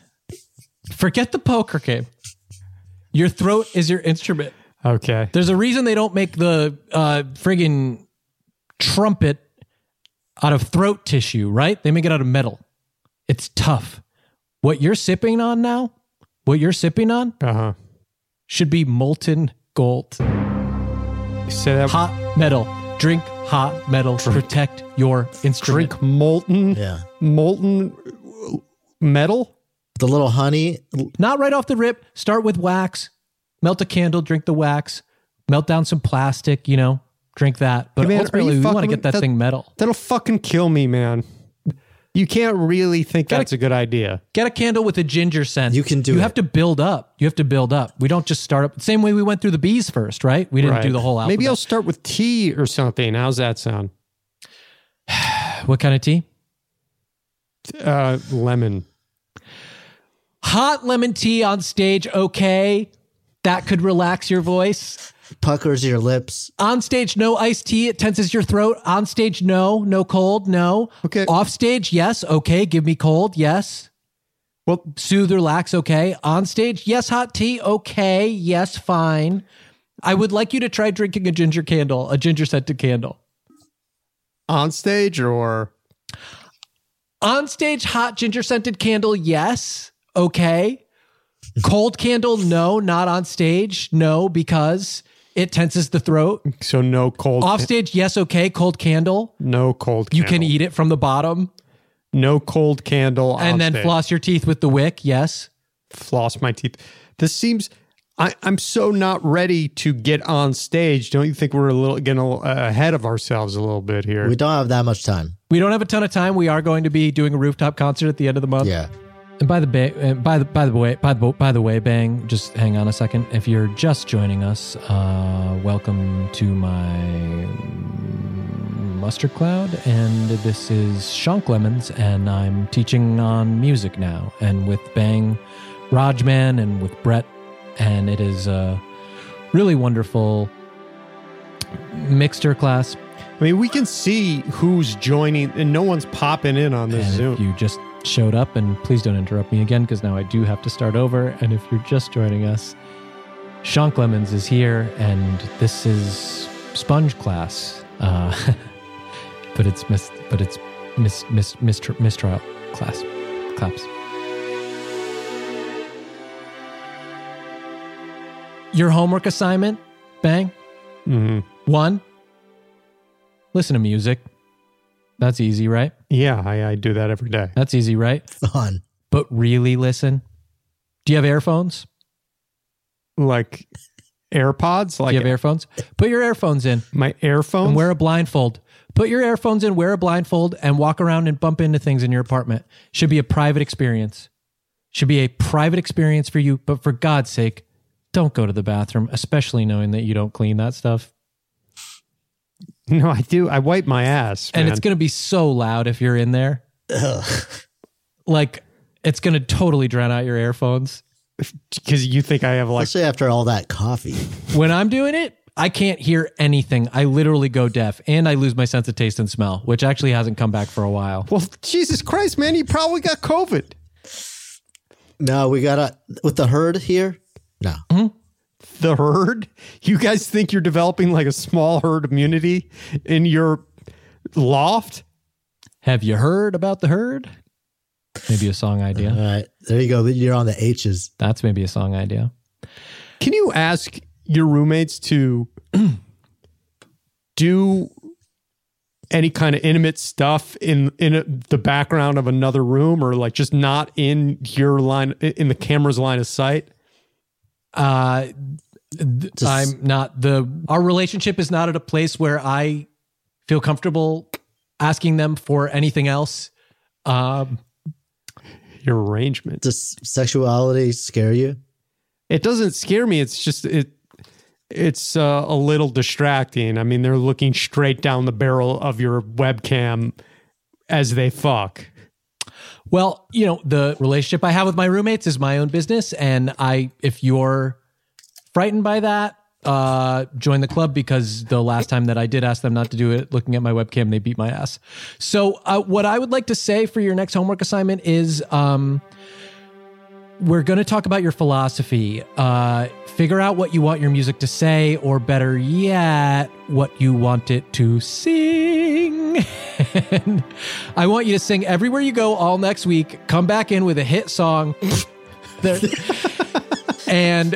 Forget the poker game. Your throat is your instrument. Okay. There's a reason they don't make the uh, friggin' trumpet out of throat tissue, right? They make it out of metal. It's tough. What you're sipping on now, what you're sipping on Uh huh. should be molten gold. Say that. hot metal. Drink hot metal. Protect your instrument. drink molten, Yeah. molten metal. The little honey. Not right off the rip. Start with wax. Melt a candle. Drink the wax. Melt down some plastic. You know, drink that. But Hey, man, are you ultimately, we want to fucking get with that that- thing metal. That'll fucking kill me, man. You can't really think Gotta- that's a good idea. Get a candle with a ginger scent. You can do You it. have to build up. You have to build up. We don't just start up. Same way we went through the bees first, right? We didn't Right. do the whole alphabet. Maybe I'll start with tea or something. How's that sound? What kind of tea? Uh, lemon. Hot lemon tea on stage, okay. That could relax your voice. Puckers your lips. On stage, no iced tea. It tenses your throat. On stage, no. No cold, no. Okay. Off stage, yes. Okay. Give me cold, yes. Well, Soothe, relax, okay. On stage, yes. Hot tea, okay. Yes, fine. I would like you to try drinking a ginger candle, a ginger scented candle. on stage or On stage, hot ginger scented candle, yes. Okay. Cold candle, no, not on stage. No, because it tenses the throat. so no cold. Off stage, yes, okay. Cold candle, no cold. you candle. can eat it from the bottom no cold candle on and then stage. floss your teeth with the wick, yes. floss my teeth. This seems. I, I'm so not ready to get on stage. Don't you think we're a little getting a, little, uh, ahead of ourselves a little bit here? We don't have that much time. We don't have a ton of time. We are going to be doing a rooftop concert at the end of the month. Yeah. And by the ba- and by the by the way by the by the way, Bang, just hang on a second. If you're just joining us, uh, welcome to my mm, mustard cloud, and this is Shonk Lemons, and I'm teaching on music now, and with Bang, Rajman, and with Brett, and it is a really wonderful mixture class. I mean, we can see who's joining, and no one's popping in on this and Zoom. if you just showed up and please don't interrupt me again because now i do have to start over and if you're just joining us sean clemens is here and this is sponge class uh, but it's mis but it's mis mis mistri- mistrial class claps your homework assignment bang Mhm. one listen to music that's easy right Yeah, I, I do that every day. that's easy right Fun. but really listen. Do you have earphones? Like AirPods, Do you like have earphones? Put your earphones in my and earphones. wear a blindfold. Put your earphones in, wear a blindfold, and walk around and bump into things in your apartment. Should be a private experience. Should be a private experience for you, but for God's sake, don't go to the bathroom, especially knowing that you don't clean that stuff. no, I do. I wipe my ass, And man. it's going to be so loud if you're in there. Ugh. Like, it's going to totally drown out your earphones. because you think I have like Especially after all that coffee. when I'm doing it, I can't hear anything. I literally go deaf and I lose my sense of taste and smell, which actually hasn't come back for a while. Well, Jesus Christ, man, he probably got COVID. No, we gotta with the herd here. No, Mm-hmm. The herd? You guys think you're developing like a small herd immunity in your loft? Have you heard about the herd? Maybe a song all idea. right, there you go. You're on the H's. That's maybe a song idea. Can you ask your roommates to do any kind of intimate stuff in in a, the background of another room or like just not in your line in the camera's line of sight? Uh, th- Just- I'm not the. Our relationship is not at a place where I feel comfortable asking them for anything else. Um, Your arrangement. Does sexuality scare you? it doesn't scare me it's just it it's uh, a little distracting i mean they're looking straight down the barrel of your webcam as they fuck Well, you know, the relationship I have with my roommates is my own business. And I, if you're frightened by that, uh, join the club because the last time that I did ask them not to do it, looking at my webcam, they beat my ass. So, uh, what I would like to say for your next homework assignment is, um, we're going to talk about your philosophy. Uh, figure out what you want your music to say, or better yet, what you want it to sing. And I want you to sing everywhere you go all next week. Come back in with a hit song. There- and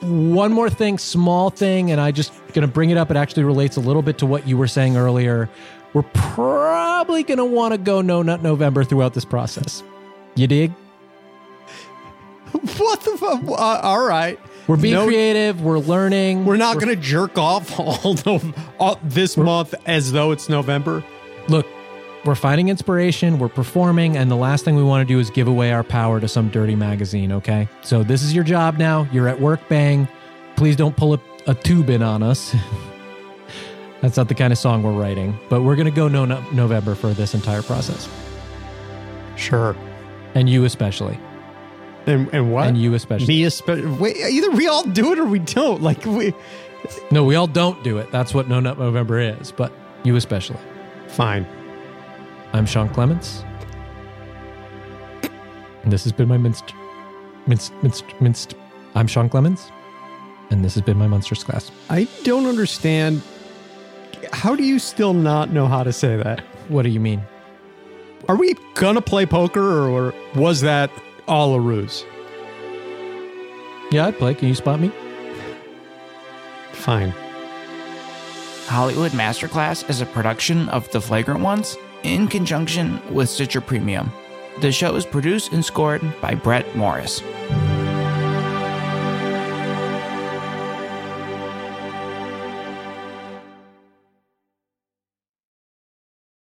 one more thing, small thing, and I just going to bring it up. It actually relates a little bit to what you were saying earlier. We're probably going to want to go No Nut November throughout this process. You dig? what the fuck uh, all right We're being No- creative. We're learning. we're not going to jerk off all, no, all this month as though it's november look. we're finding inspiration, we're performing, and the last thing we want to do is give away our power to some dirty magazine, okay? So this is your job now. You're at work, bang. Please don't pull a, a tube in on us. That's not the kind of song we're writing, but we're going to go no, no November for this entire process. Sure. And you especially. And and what? And you especially. Me especially. Wait, either we all do it or we don't. Like we. No, we all don't do it. That's what No Nut November is, but you especially. Fine. I'm Sean Clements. And this has been my minced, minced, minced, minced. I'm Sean Clements. And this has been my Monsters class. I don't understand. How do you still not know how to say that? What do you mean? Are we gonna play poker or was that all a ruse? Yeah, I'd play. Can you spot me? Fine. Hollywood Masterclass is a production of The Flagrant Ones in conjunction with Stitcher Premium. The show is produced and scored by Brett Morris.